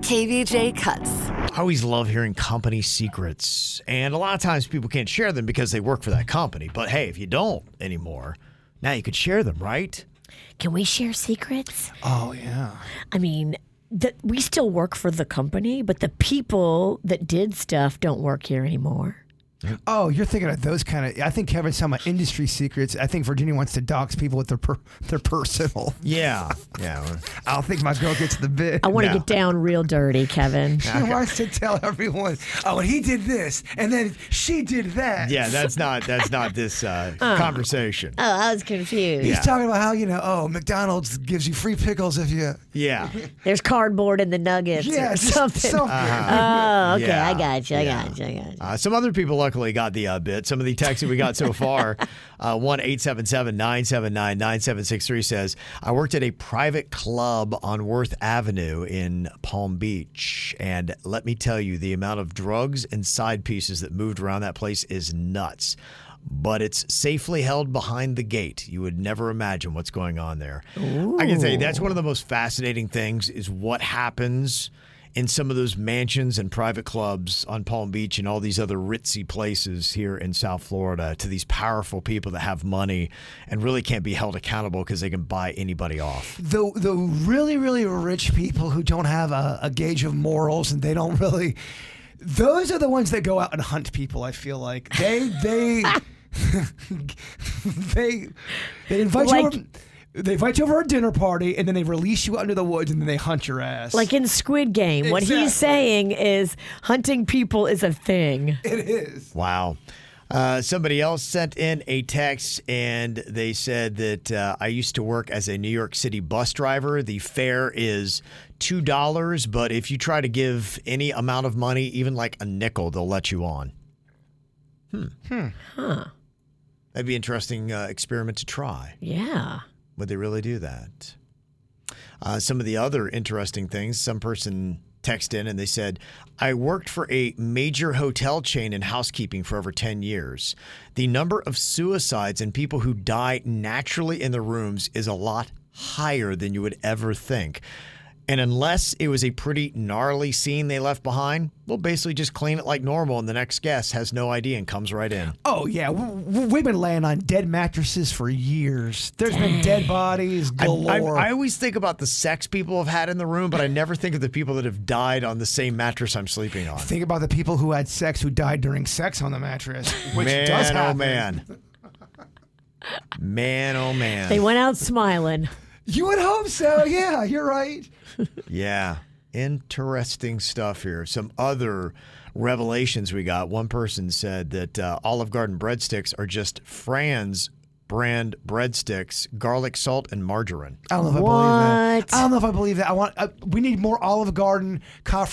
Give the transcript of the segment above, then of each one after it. KVJ Cuts. I always love hearing company secrets. And a lot of times people can't share them because they work for that company. But hey, if you don't anymore, now you could share them, right? Can we share secrets? Oh yeah. I mean, th- we still work for the company, but the people that did stuff don't work here anymore. Oh, you're thinking of those kind of. I think Kevin's talking about industry secrets. I think Virginia wants to dox people with their per, their personal. Yeah. Yeah. I don't think my girl gets the bit. I want to No. get down real dirty, Kevin. She wants to tell everyone. Oh, and he did this, and then she did that. Yeah, that's not that's not this uh, conversation. oh, I was confused. He's talking about how you know. Oh, McDonald's gives you free pickles if you. Yeah. There's cardboard in the nuggets Yeah, or just something. something. Oh, okay. Yeah. I got you. I Yeah. got you. I got you. Uh, some other people luckily got the uh, bit. Some of the texts that we got so far, uh, one eight seven seven nine seven nine nine seven six three says, "I worked at a private club on Worth Avenue in Palm Beach, and let me tell you, the amount of drugs and side pieces that moved around that place is nuts." But it's safely held behind the gate. You would never imagine what's going on there. I can tell you that's one of the most fascinating things is what happens in some of those mansions and private clubs on Palm Beach and all these other ritzy places here in South Florida to these powerful people that have money and really can't be held accountable because they can buy anybody off. the the really really rich people who don't have a, a gauge of morals and they don't really those are the ones that go out and hunt people i feel like they they they they invite you Like- over, they invite you over a dinner party and then they release you out into the woods and then they hunt your ass Like in Squid Game, what Exactly. he's saying is hunting people is a thing. it is Wow. Uh, somebody else sent in a text and they said that uh, I used to work as a New York City bus driver. The fare is $2, but if you try to give any amount of money, even like a nickel, they'll let you on. Hmm. Huh. That'd be an interesting uh, experiment to try. Yeah. Would they really do that? Uh, some of the other interesting things some person texted in and they said, I worked for a major hotel chain in housekeeping for over 10 years. The number of suicides and people who die naturally in the rooms is a lot higher than you would ever think. And unless it was a pretty gnarly scene they left behind, we'll basically just clean it like normal, and the next guest has no idea and comes right in. oh yeah w- w- we've been laying on dead mattresses for years There's been dead bodies I- I, galore I always think about the sex people have had in the room, but I never think of the people that have died on the same mattress I'm sleeping on. Think about the people who had sex who died during sex on the mattress, which man, does oh happen. man, man, oh man. They went out smiling. You would hope so. Yeah, you're right. Yeah. Interesting stuff here. Some other revelations we got. One person said that uh, Olive Garden breadsticks are just Fran's brand breadsticks, garlic, salt, and margarine. I don't know if I believe What? that. I don't know if I believe that. I want. Uh, we need more Olive Garden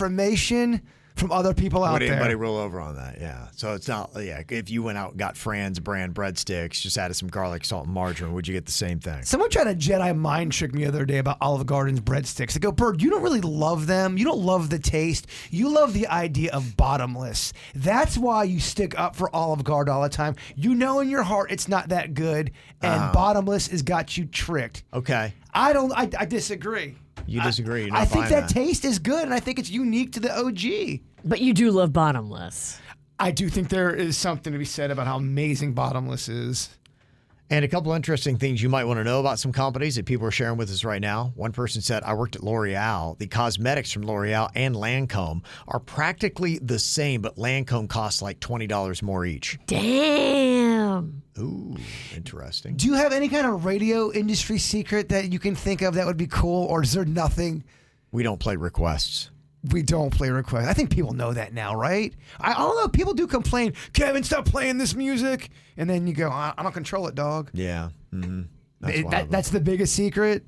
confirmation from other people out Would there. anybody roll over on that? Yeah. So it's not, yeah. If you went out and got Fran's brand breadsticks, just added some garlic, salt, and margarine, would you get the same thing? Someone tried to Jedi mind trick me the other day about Olive Garden's breadsticks. I go, Bird, you don't really love them. You don't love the taste. You love the idea of bottomless. That's why you stick up for Olive Garden all the time. You know in your heart it's not that good, and bottomless has got you tricked. Okay. I don't. I, I disagree. You disagree. You're not I think buying that, that. taste is good, and I think it's unique to the OG. But you do love bottomless. I do think there is something to be said about how amazing Bottomless is. And a couple interesting things you might want to know about some companies that people are sharing with us right now. One person said, I worked at L'Oreal. The cosmetics from L'Oreal and Lancome are practically the same, but Lancome costs like $20 more each. Damn. Ooh, interesting. Do you have any kind of radio industry secret that you can think of that would be cool, or is there nothing? We don't play requests. We don't play requests. I think people know that now, right? I, I don't know. People do complain, Kevin, stop playing this music. And then you go, I, I don't control it, dog. Yeah. hmm That's, It- one that- of them. that's the biggest secret.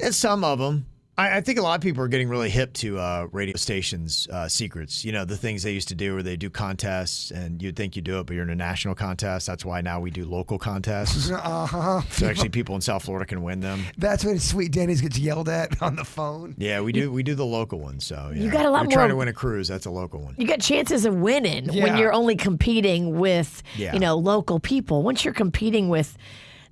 And some of them. I, I think a lot of people are getting really hip to uh, radio stations' uh, secrets. You know, the things they used to do where they do contests, and you'd think you do it, but you're in a national contest. That's why now we do local contests. Uh-huh. so actually, people in South Florida can win them. That's when Sweet Denny's gets yelled at on the phone. Yeah, we do. We do the local one. So yeah. You got a lot We're trying to more- win a cruise. That's a local one. You got chances of winning when Yeah. you're only competing with Yeah. you know local people. Once you're competing with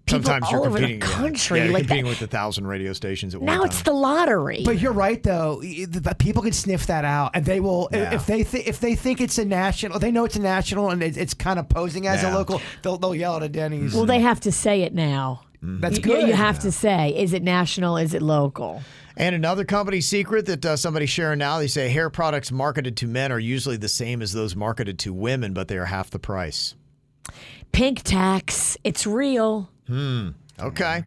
people Sometimes all you're over the competing. yeah. country, Yeah, you're like that- competing with a thousand radio stations at now one it's time. the lottery. But you're right though. Y- the- the People can sniff that out, and they will Yeah. if they th- if they think it's a national, they know it's a national, and it's, it's kind of posing as Yeah. a local. They'll, they'll yell at a Denny's. well, they have to say it now. That's Mm-hmm. You- you- good. You, have to say, is it national? Is it local? And another company secret that uh, somebody's sharing now, they say hair products marketed to men are usually the same as those marketed to women, but they are half the price. Pink tax. It's real. Okay.